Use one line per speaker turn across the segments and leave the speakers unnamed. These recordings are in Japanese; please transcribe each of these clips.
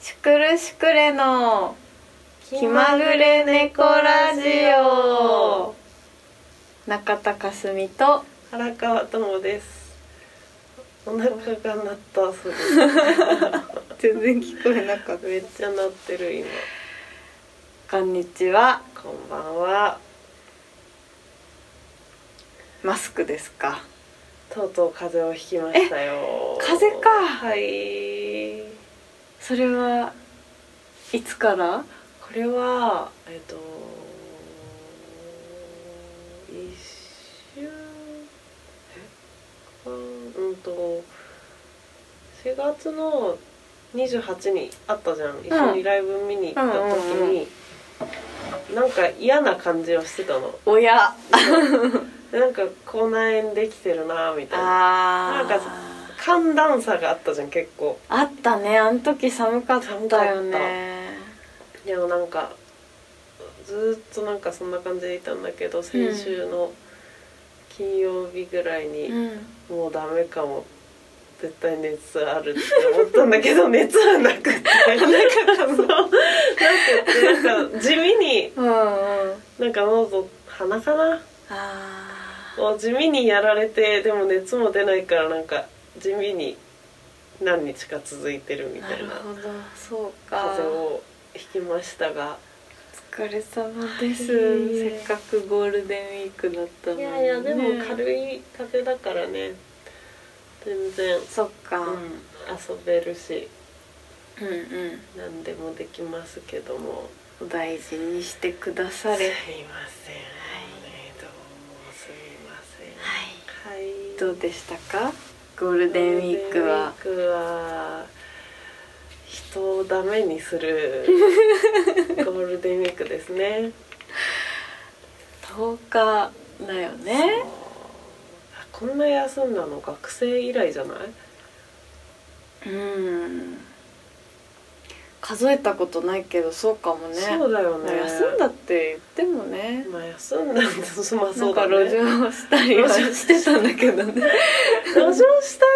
シュクルシュクレの気まぐれ猫ラジオ中田かすみと
荒川友ですお腹が鳴ったす
全然聞こえなかっ
ぐめっちゃ鳴ってる今
こんにちは
こんばんは
マスクですか
とうとう風邪をひきましたよ
え風邪か
はい
それはいつから
これはえっと一週えうんと4月の28にあったじゃん一緒にライブ見に行った
う
時
んうんうん
に、なんか嫌な感じをしてた の
親
なんか口内炎できてるなみたいな
あ
なんか寒暖差があったじゃん結構
あったねあの時寒かったよね
でもなんかずーっとなんかそんな感じでいたんだけど先週の金曜日ぐらいに、
うん
もうダメかも絶対熱あるって思ったんだ けど熱はなくてなんかそうなんかなんか地味に
うんうん
なんか喉鼻かな
あー
を地味にやられてでも熱も出ないからなんか地味に何日か続いてるみた
ないる
な
ほどそうか
風邪をひきましたが。
お疲れ様です
いえいえ
せっかくゴールデンウィークだったのに
い
ね
やいやでも軽い風だからね全然、
そっか、
う
うん
ん、遊べるし
うん
何でもできますけども
お大事にしてくだ
すい
さ
ません
れ
ねどうもすみません
は
はい
どうでしたかゴールデンウィークは
ゴールデンウィークは人をダメに するゴールデンウィークですね
10日だよね
あこんな休んだの学生以来じゃない
うん数えたことないけどそうかもね
そうだよね
休んだって言ってもね
まあ休んだんだまあ
な
そ
ん
うだ
か
ね
路上したりはしてたんだけどね
路上した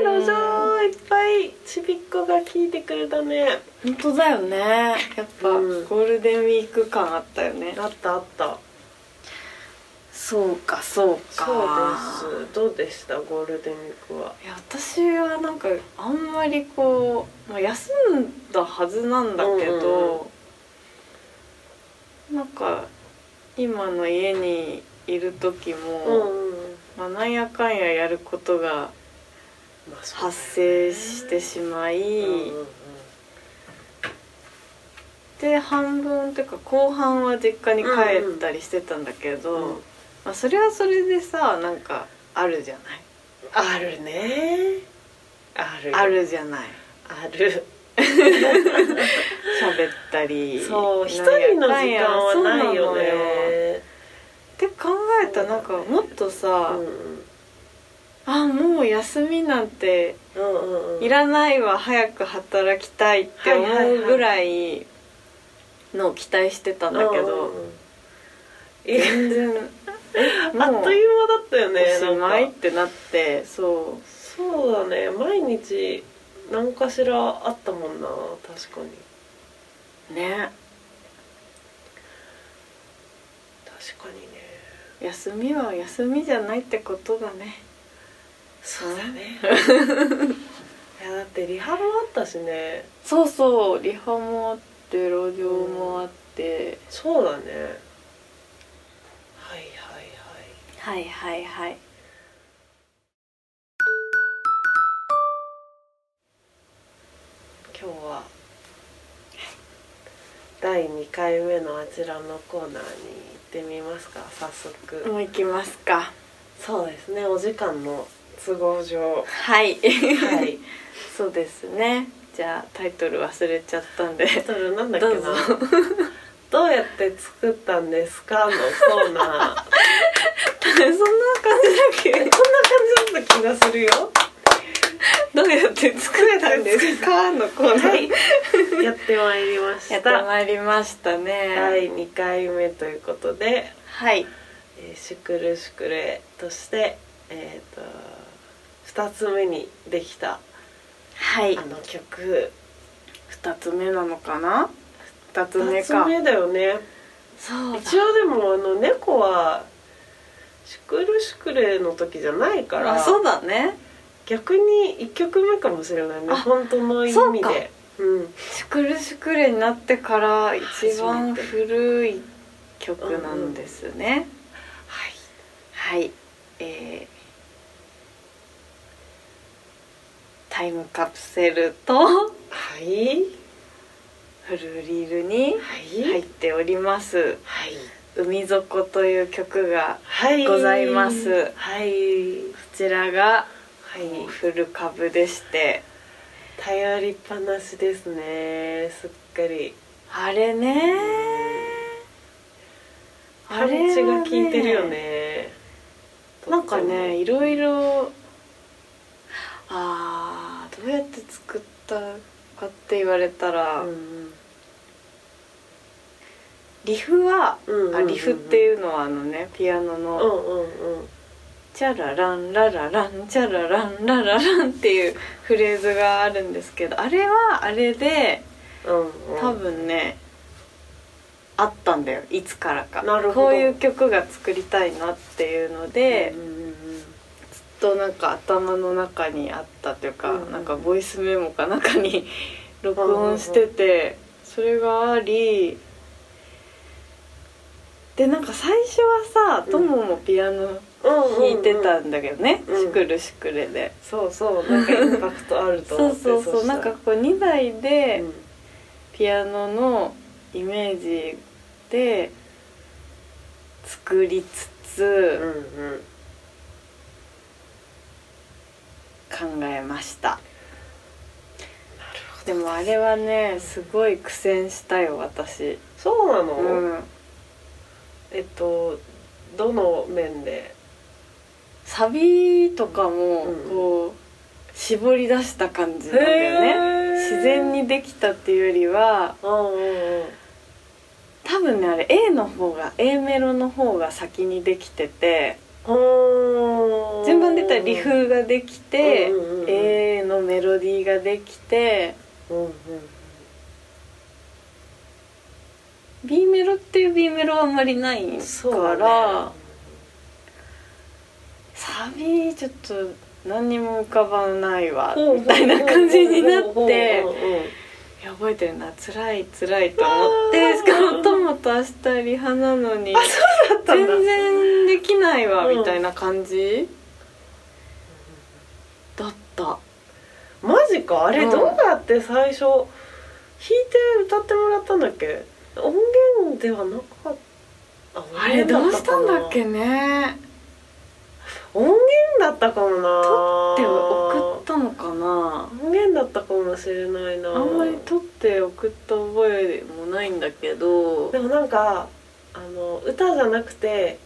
う
ね
ん
路上いっぱいちびっこが聞いてくれたね
本当だよねやっぱ、
うん
ゴールデンウィーク感あったよね
あったあった
そうかそうか
そうですどうでしたゴールデンウィークはい
や私はなんかあんまりこう、まあ、休んだはずなんだけど、なんか今の家にいる時
うん
も、
うん
まあ、なんやかんややることが
まあそうだよね
発生してしまい、
うんうんうん
で半分というか後半は実家に帰ったりしてたんだけど、
うんうん
まあ、それはそれでさなんかあるじゃない
あるねある
あるじゃない
ある
喋ったり
そう一
なんや
人の
かん
時
や
間はない
そう
よ
なのよ
ね
って考えたらなんかもっと
う
さ、
んうん
あもう休みなんて
うんうんうん
いらないわ早く働きたいって思うぐらいのを期待してたんだけ
うんう
ど
んうんいや
全然え
あ
も
っ
う
という間だったよね
おしまい
な
っ
んか
てなってそ
そうだね毎日何かしらあったもんな確かに
うね
確かにね
休みは休みじゃないってことだね
そうだ ねいやだってリハもあったしね
そうそうリハもあって路上もあって、
そうだねはいはいはい
はいはいはい
今日は第2回目のあちらのコーナーに行ってみますか早速、
もう行きますか
そうですねお時間の都合 上
はい
はい
そうですねじゃあタイトル忘れちゃったんで
タイトルなんだっけな
どう
どうやって作ったんですかのコーナーこんな
そんな感じだっけ
感じだった気がするよ
どうやって作れたんですかのコーナー、
はいやってまいりま
や
し
って
た
まいりましたね
第2回目ということで
はい
「えーシュクルシュクレ」として、えー、と2つ目にできた
はい
あの曲「
2つ目なのかな2つ目
二つ
か
目だよね
そう
一応でもあの猫はシュクルシュクレの時じゃないか
あ
ら
そうだね
逆に1曲目かもしれないね
あ
本当の意
そう
味
か
でうん
シュクルシュクレになってから一番古い曲なんですね、
はい
はいえータイムカプセルと
はい
フルリルに
はい
入っております
はい
「海底」という曲が
はい
ございます
はい
こちらが
はい
フル株でして
頼りっぱなしですねすっかり
あれね
パンチが
は
効いてるよね
なんかねいろいろあーどうやって作ったかって言われた
う
ら、
ん
リフは、
うんうん
あリフっていうのはあのねピアノ
うん
の、
うんうん
チャラランララランチャラランララランっていうフレーズがあるんですけどあれはあれで
うんうん
多分ね、あったんだよいつからか
なるほど
こういう曲が作りたいなっていうので、
うんうんうん
ずっとなんか頭の中にあったというか、
うん
なんかボイスメモか中に 録音してて、それがありでなんか最初はさ
うん
トモもピアノ弾いてたんだけどね「
うん
シクルシクレで」
そうそうなんかインパクトある
そ
と思
う
って
そうそう
した
な
ら
んかこう2台で
うん
ピアノのイメージで作りつ
う
つ
んうん
考えました。でもあれはねすごい苦戦したよ私
そうなの、
うん
えっとどの面で
サビとかも
うん
こう絞り出した感じなんだよね自然
に
にできたっていうよりは
うんうんうん
多分ねあれ A の方が A メロの方が先にできてて
ほー
順番で言ったらリフができて、
うんうんうん
A のメロディーができて
うんうん
B メロっていう B メロはあんまりないから、
そうだね
サビちょっと何にも浮かばないわ
ほうほうほうほ
み
う
たいな感じになっ
ほうほうほう
て
ほうほう
いや 覚えてるな辛い辛いと思って
あー
しかもともと明日リハなのに
だったん
全
だ
然できないわ
うん
みたいな感じだった
マジかあれ
うん
どうやって最初弾いて歌ってもらったんだっけ音源ではなかったあ
あれどうしたんだっ
音源
けね
だったかもな
って送ったのかな
音源だったかもしれないな
あんまり撮って送った覚えもないんだけど
でもなんかあの歌じゃなくて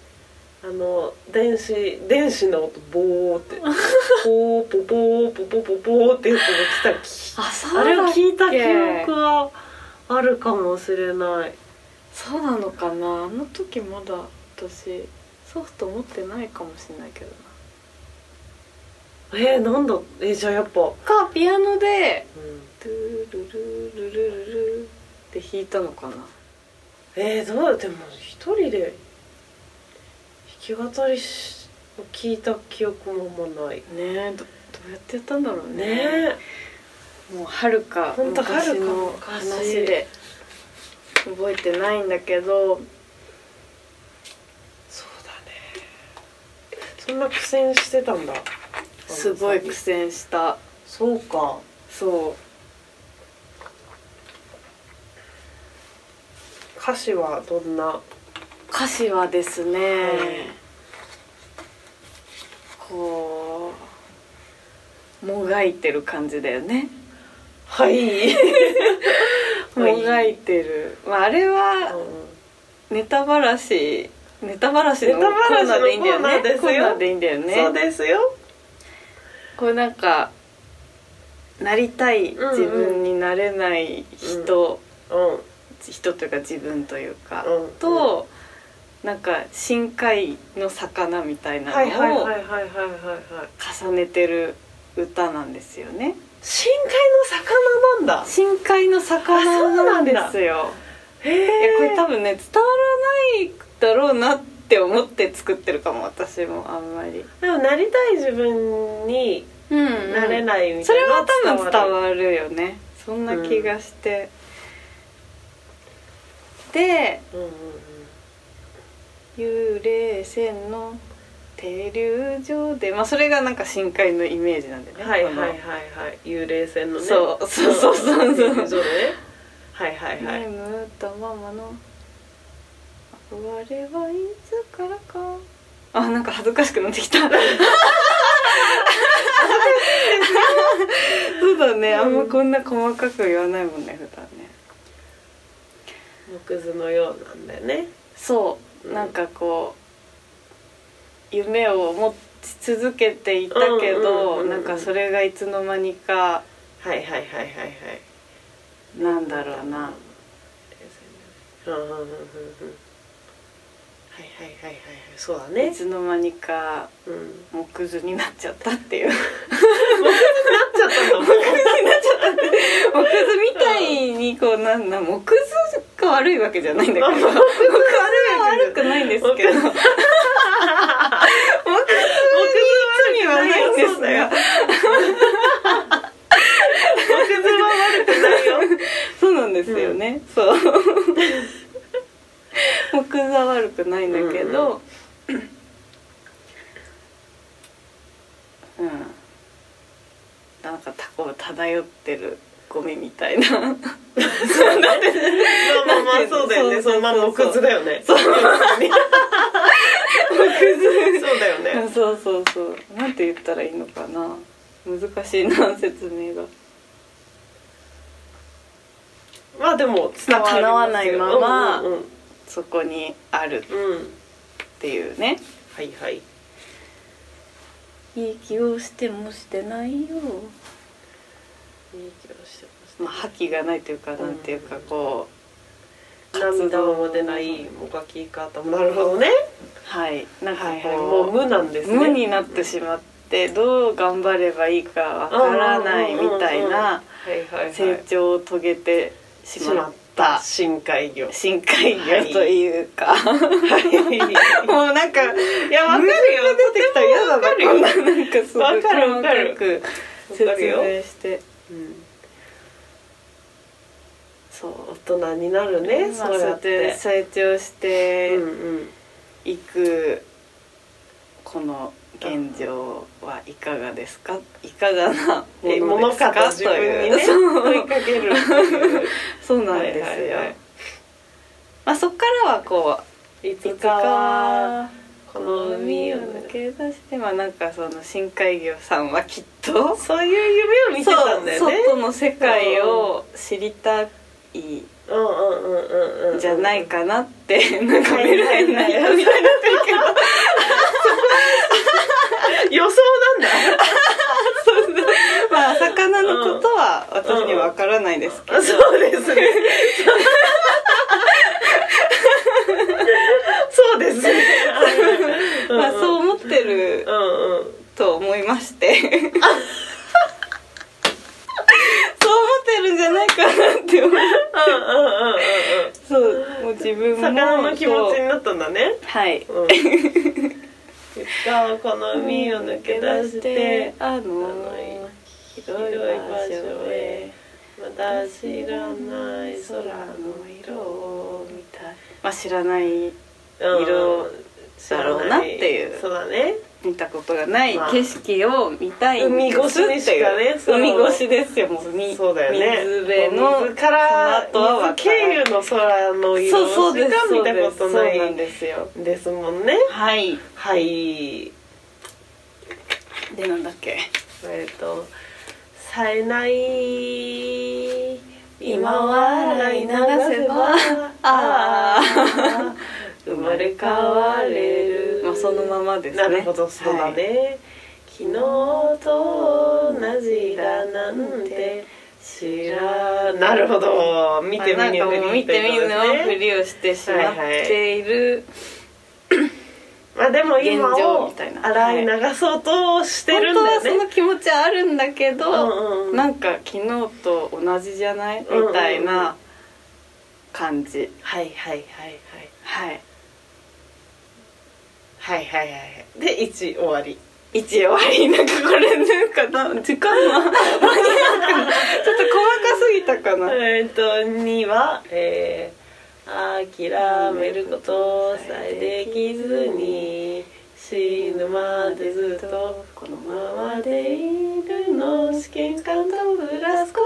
あの電子電子の音ボーって ポーポポーポポポポーってやつが来たき
あそう
あれを
だっ
聞いた記
け
憶はあるかもしれない
そうなのかなあの時まだ私ソフト持ってないかもしれないけどな
えー、なんだえー、じゃあやっぱ、うん、
かピアノでドゥルルルルルルって弾いたのかな
えー、どうでも一人で弾き語りし聞いた記憶もあんまない
ねえどどうやってやったんだろう
ね
ね
え
もうはるか
ほんと
昔の
遥か昔
話で覚えてないんだけど
そうだねそんな苦戦してたんだ
すごい苦戦した
そうか
そ
歌詞はどんな
う歌詞はですね、
はい
こうもがいてる感じだよね
はい
もがいてる、まあ、あれはネタばらしネタばらしのコ
ネタばら
ー
し
ナー
の
でいいんだよね
コーナーですよ
コーナーでいいんだよね
そうですよ
こうなんかなりたい自分になれない人、
うん
人というか自分というか、
うん
となんか深海の魚みたいな
はいはい
のを
はいはいはいはいはい
重ねてる歌なんですよね。
深海の魚なんだ
深海の魚なんですよ
へ
いやこれ多
え
分ね伝わらないだろうなって思って作ってるかも私もあんまり
でもなりたい自分に
うん、
なれないみ
そ
たい
れ
な
は多
の
分
は
伝
る
わるよねそんな気がして、で
うんうんうん
幽霊船の停留所でまあそれがなんか深海のイメージなんでね
はいはいはいは
こ
い幽霊船のね
そうそうそ うそうそう
遊女ねはいはい
の
はい、
ネームとママの憧れはいつからかあなんか恥ずかしくなってき たそうだね、あんまこんな細かく言わないもんね普段ね
木図のようなんだよね
そう、
うん
なんかこう夢を持ち続けていたけど、
うんうんうんうん
なんかそれがいつの間にか
はいはいはいはいはい
なんだろうな
うんうんうんうんうんはいはいはいはいはいそうだ
い
ね
つの間にか
うんなっ
木図になっちゃったっていう
ちゃったんだもん
木図みたいにこうなんな木図が悪いわけじゃないんだけど
あ
木図は悪くないんですけど木図に罪はないんです
そうだよ
が
木図は悪くないよ
そうなんですよね、そう木座悪くないんだけどうん、なんかたこう漂ってるゴミみたいななんて
まあまあまあそうだよね
そうそうそう
そうまあ木図だよねそうそうだよね
そうそうそうなんて言ったらいいのかな難しいな説明が
まあでも伝わりますよ
叶わないまま
うんうん
そこにあるっ
うんうん
ていうね
はいはい
いい気をしてもしてないよ
いい気がしてますね
まあ覇気がないというかなんていうかこう
涙も出ないもがき方もなるほどね
はいなんか
はいはいもう
こ
無なんで
う
すね
無になってしまってどう頑張ればいいかわからないみたいな
はいはいはい
成長を遂げてし
し
ま
ま
っ
ったた深海魚
深海魚というか、もうなんか
いやわかるよ
出てきたら嫌だな
わかるよ
こんななんかすごい
わかるわかる
細く説
わかるよ
明して
うん
そう
大人になるね
まあ
そ
そ
うやっ
うやって
て
成長して、
うんうん
行くこの現状はいかがですかいかがな
え
もの
物
です
か
か
と
と
自分に
いう、
ね
そう
問いかけるっていう
そうなんですよ、
はいはいはい
まあ、そこからはこ
いう
い
つ
つ
か
か
は
は
この海
海
を
を
抜
抜
け
け出してまあなんかその深海魚さんはきっと
そういう夢を見てたんだよね
そう外の世界を知りたい
うんうんうんうんうん
じゃないかなって、なんか見る変な人みたいになってるけど
予想なんだ
まあ魚のことは私には分からないですけど、
あそうですねそうですね
まあそう
う
思ってる
んうん
と思いましてそう思ってるんじゃないかなって思う
うんうんうんうんうん
そうもう自分も
魚の気持ち
そう
になったんだね
はい
うんいつかはこの海を抜け出して
あの
あの
ー
広い場所へまた知らない空の色を
みたいまあ知らない
色
だろうなっていう
そうだね
見たことがない
まあ
景色を見たいんですっていう
海越しにしかねその
海越しですよもうみ
そうだよね
水辺の
水から
その後は分からな
水
い
経由の空の色
そうそう
し
です
か
そ
見
う
た
で
こ
すそ
と
う
ない
なんですよ
ですもんね
はい
はい
でなんだっけ
えっと「冴えない今笑い流せばああ生まれ変われる」
まあそのままですね
なるほどそうだね、昨日と同じだなんて知らなるほど見て見
まあ
ぬ
なんかもう見て見ぬ
ふ
のふ
り
りをしてしまっている、
まあでも今
現状
を
みたいな
洗い流そうとしてるん
本当
だよ
は
ね
その気持ちあるんだけど、
うんうん
なんか昨日と同じじゃないみたいな感じ、
はいはい
は
はい
い
はいはいはいはいはいで一終わり
一終わりなんかこれなんかな時間が間に合わなくなちょっと細かすぎたかな
えーっと2はえー諦めることさえできずに死ぬまでずっとこのままでいるの試験官とブラス高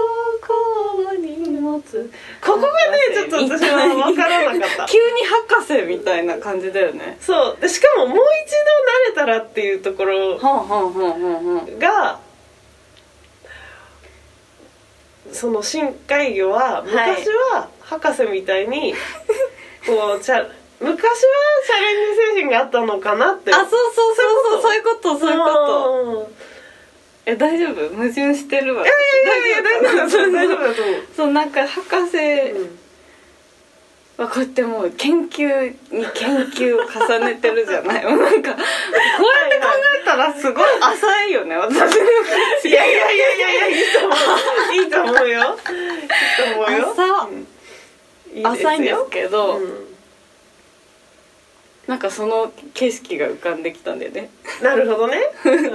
校に持つここがねちょっと私は分からなかった
急に博士みたいな感じだよね
そうでしかももう一度慣れたらっていうとこ
は
ろ
んはんはんはんはん
がその深海魚は昔は博士みたいに、こうチャ昔はチャレンジ精神があったのかなって
あそうそうそうそうそういうことそういうこと
うん
え大丈夫矛盾してるわい
いやいや大丈夫だと思う大丈夫だと思う
そうなんか博士
うん
はこうやってもう研究に研究を重ねてるじゃないもう なんかこうやって考えたらすごい浅いよね私の感じ
いやいやいやいやいやいいと思ういいと思うよいいと思うよ
浅
いですよ
浅いんですけど
うん
なんかその景色が浮かんできたんだよね
なるほどねうんうんう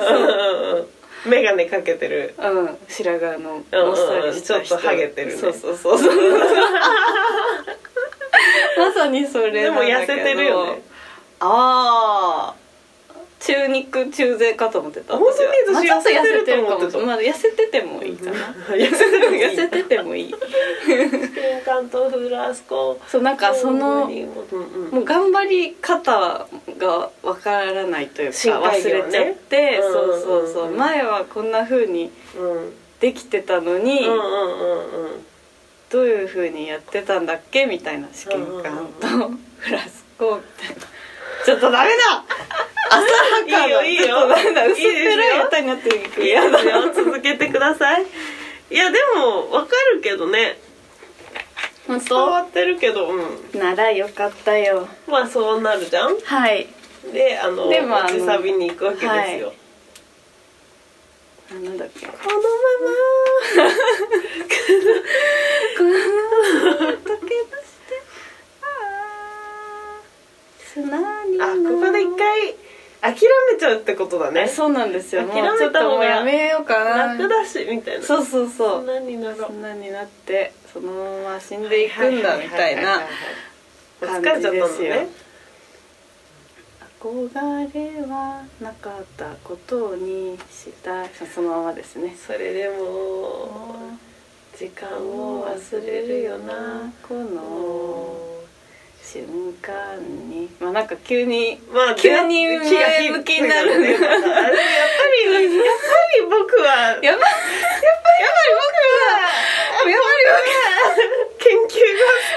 ん眼鏡かけてる
うん白髪のもっさりした人
うんうんうんちょっとハゲてるね
そうそうそうそうまさにそれ
で
なんだ
も
けど
痩せてるよね
ああ中肉中背かと思ってた
本当に
私はまあちょ
私
っと
痩せてると思って
痩せるか
た
もまあ痩せててもいいかな
痩せて る
痩せててもいい
玄関とフラスコ
そうなんかその
うんうん
もう頑張り方がわからないというか
深
忘
海魚
れ
ね
ちゃって
うんうんうん
そ
う
う
ん
そうそう前はこんな風に
うん
できてたのに
うんうんうんうん
どういう風にやってたんだっけみたいな試験官とフラスコみたいなちょっとダメだ浅はかない
いよいいよ
ちょっとダメだ
いい
薄
ですよ
っぺらい歌になっていく
い
や
や
だ
だよ続けてくださいいやでもわかるけどね
本
伝わってるけどうん
当ならよかったよ
まあそうなるじゃん
はい
であの
でまあ
落ちサビに行くわけですよ、
はいあなんだっけ
このまま
このまま溶け出してあー砂に
あここで一回諦めちゃうってことだね
そうなんですよもう
諦めた方が
ちょっともうやめようかな
楽だしみたいな
そうそうそう
何になろう
砂になってそのまま死んでいくんだみたいな
疲
感
れちゃ
じ
っ
で
たの
すよ
ね
憧れはなかったことにしたそのままですね
それでも時間を忘れるよな
この瞬間にまあなんか急に
まあ
急に前向きになるね
やっぱりやっぱり僕は
やばいやばい僕はやばい僕は
研究が好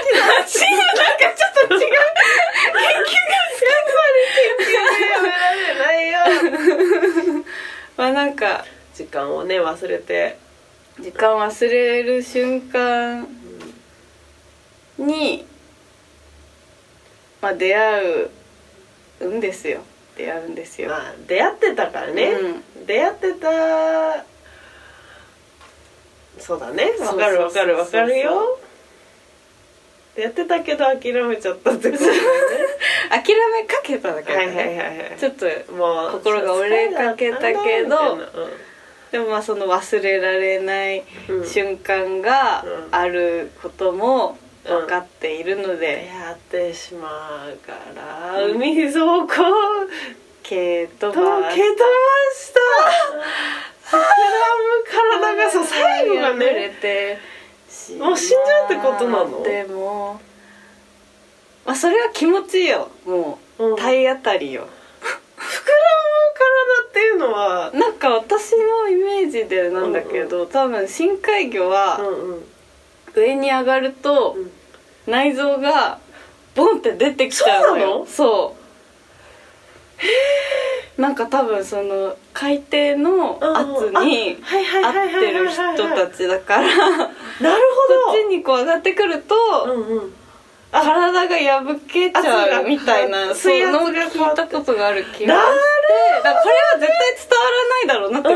きだ
なんかちょっと違う研究が
やめられないよ
まあなんか
時間をね忘れて
時間忘れる瞬間に、まあ、出会うんですよ出会うんですよ、
まあ出会ってたからね出会ってたそうだねわかるわかるわかるよ出会ってたけど諦めちゃったってことだよね
諦めかけただけだ
は
ね、
いはいはいはい
ちょっと
もう
心が折れかけたけど
みたいな
でもまあその忘れられない
うん
瞬間が
うん
あることも分かっているの
出
で、
会ってしまうから
うん
海底こ
けど
と蹴飛ば した膨らむ体がそう最後が
破れ
ね
て
もう死んじゃうってことなの
でも、まあ、それは気持ちいいよもう、
うん
体当たりよ
膨らむ体っていうのは
なんか私のイメージでなんだけど、多分深海魚
う
は
んうん
上に上がると
うん
内臓がボンって出てきちゃうのよそうなんか多分その海底の圧に
はいはい
合
はい
っ
はい
てる人たちだから
なる
こっちにこう上がってくると、
ほどうんうん
体が破けちゃうみたいな
圧が
そう
変わ
の
っ
を
水圧が変わ
聞
っ
い
た
たことがある気がして
なる
だからこれは絶対伝わらないだろうなって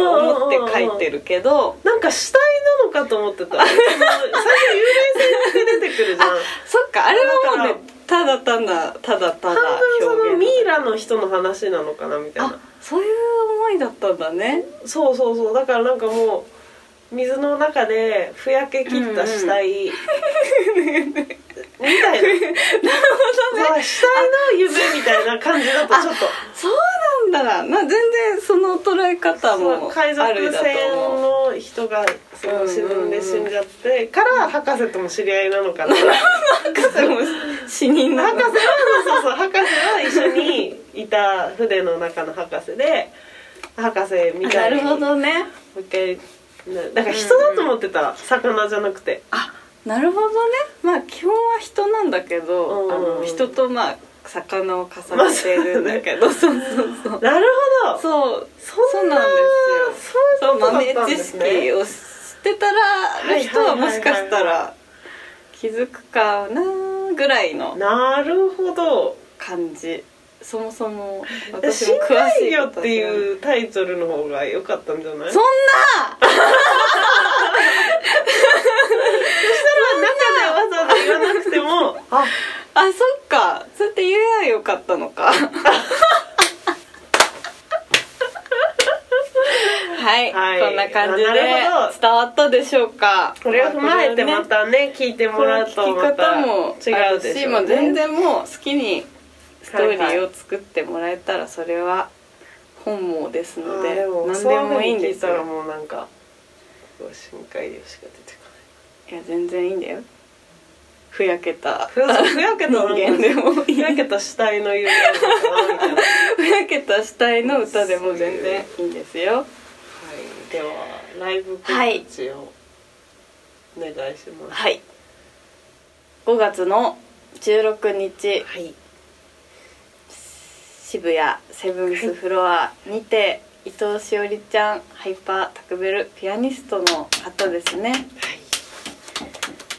思って書いてるけど
なんか死体なのかと思っ てたその最初幽霊船って出てくるじゃん
そっかあれはもう
だ
ねただ単なただただ
半分その
表現
ミイラの人の話なのかなみたい
あ
な
そういう思いだったんだね
そうそうそうだからなんかもう水の中でふやけ切った死体、みたいなそう死体の夢みたいな感じだとちょっと。
そうなんだな全然その捉え方
そ
も
う海
ある
賊
だと
船
思う
の人がその沈んで死んじゃってから博士とも知り合いなの かな博
博士も 死人
士
な
は
のか
そうそう博士は一緒にいた船の中の博士で博士みた
ない
に
るほどね
もう一回なだから人だと思ってた、魚じゃなくて
あなるほどねまあ基本は人なんだけど、
うん
あの人とまあ魚を重ねてるんだけど、そうそうそう
なるほど
そう
そんな
そうなんですよそ
そ
う
ういうことだったん
豆
で
知
す
識
ね
を知ってたら
いはいはいはい
る人はもしかしたら気づくかなぐらいの
なるほど
感じそもそも
「
私
深
も詳し
海
い
魚」
こと
って
は知らない
いうタイトルの方が良かったんじゃない
そんな
中でわざわざ言わなくても あ
あそっかそうやって言えばよかったの かはい、
はい
こんな感じで
なるほど
伝わったでしょうか
これを踏まえてまたね聞いて
こ
も
れ
ら
は
う
ね
と
こ
ま
の聞き
た
方も
違
あ
う
る
で
し
しょ
も
う
う
ね
全然もう好きにストーリーを作ってもらえたらそれは本望ですの
あ
で
でも
何でもいいん
そうう風に聞
で
い
す
たら
よ
もうなんか深海魚しか出てこない
いや全然いいんだよふやけた
ふやふやけた
人間でもいい
ふやけた死体の夢なのかなみたいな
ふやけた死体の歌でも全然いいんですよ
はい、ではライブ告知をお願いします。
はい5月の16日
はい、
渋谷セブンスフロアにて伊藤しおりちゃんハイパータクベルピアニストの方ですね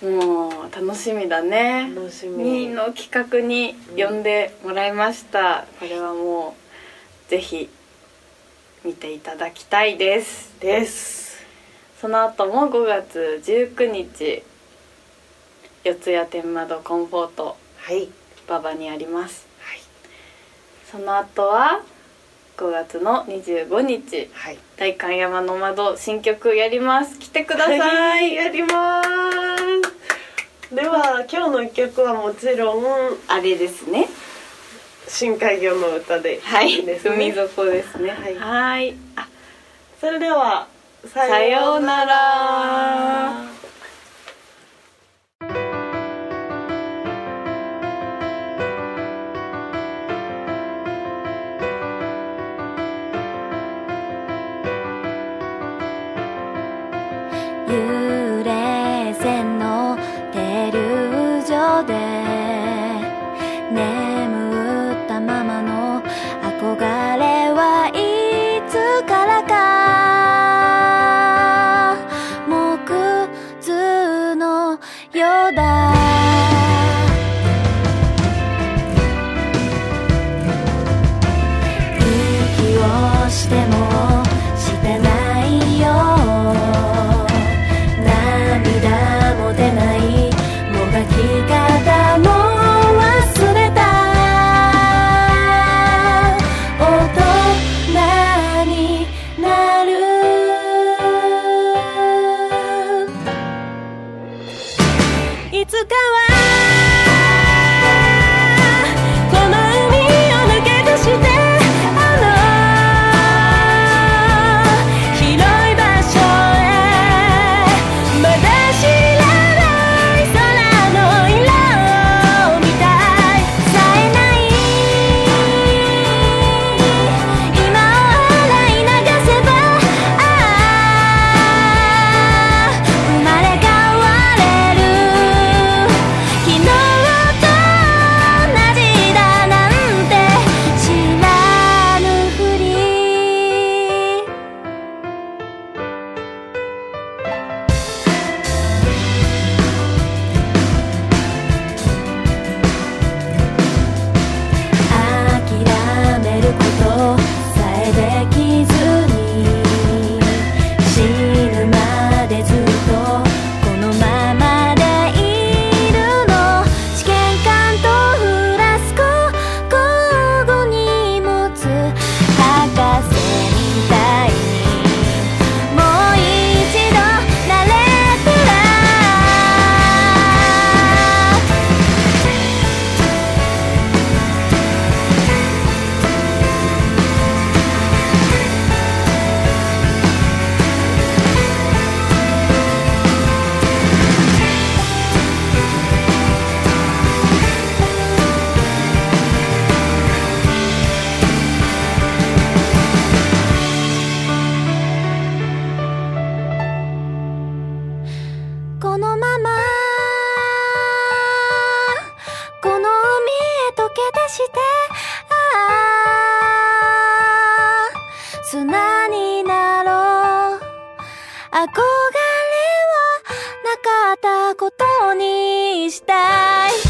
もう楽しみだね
楽し
2
み。
の企画に呼んでもらいましたこれはもうぜひ見ていただきたいです
です。
その後も5月19日四谷天窓コンフォート
はいはい
馬場にありますその後は5月の25日
はい。
大観山の窓新曲やります来てください、
やります。では今日の一曲はもちろん
あれですね
深海魚の歌で
はい
ですね
海底ですね
はい
はいあ
それでは
さようなら
幽霊船の停留所で眠ったままの憧れはいつからか木図のようだ息をしてもしてないよ涙も出ないもがき方も忘れた大人になるいつかはこの海を抜け出してあの広い場所へまだ知らない空の色を見たい冴えない今を洗い流せばああ生まれ変われる「生まれ変われる」のままこの海へ溶け出してああ砂になろう憧れはなかったことにしたい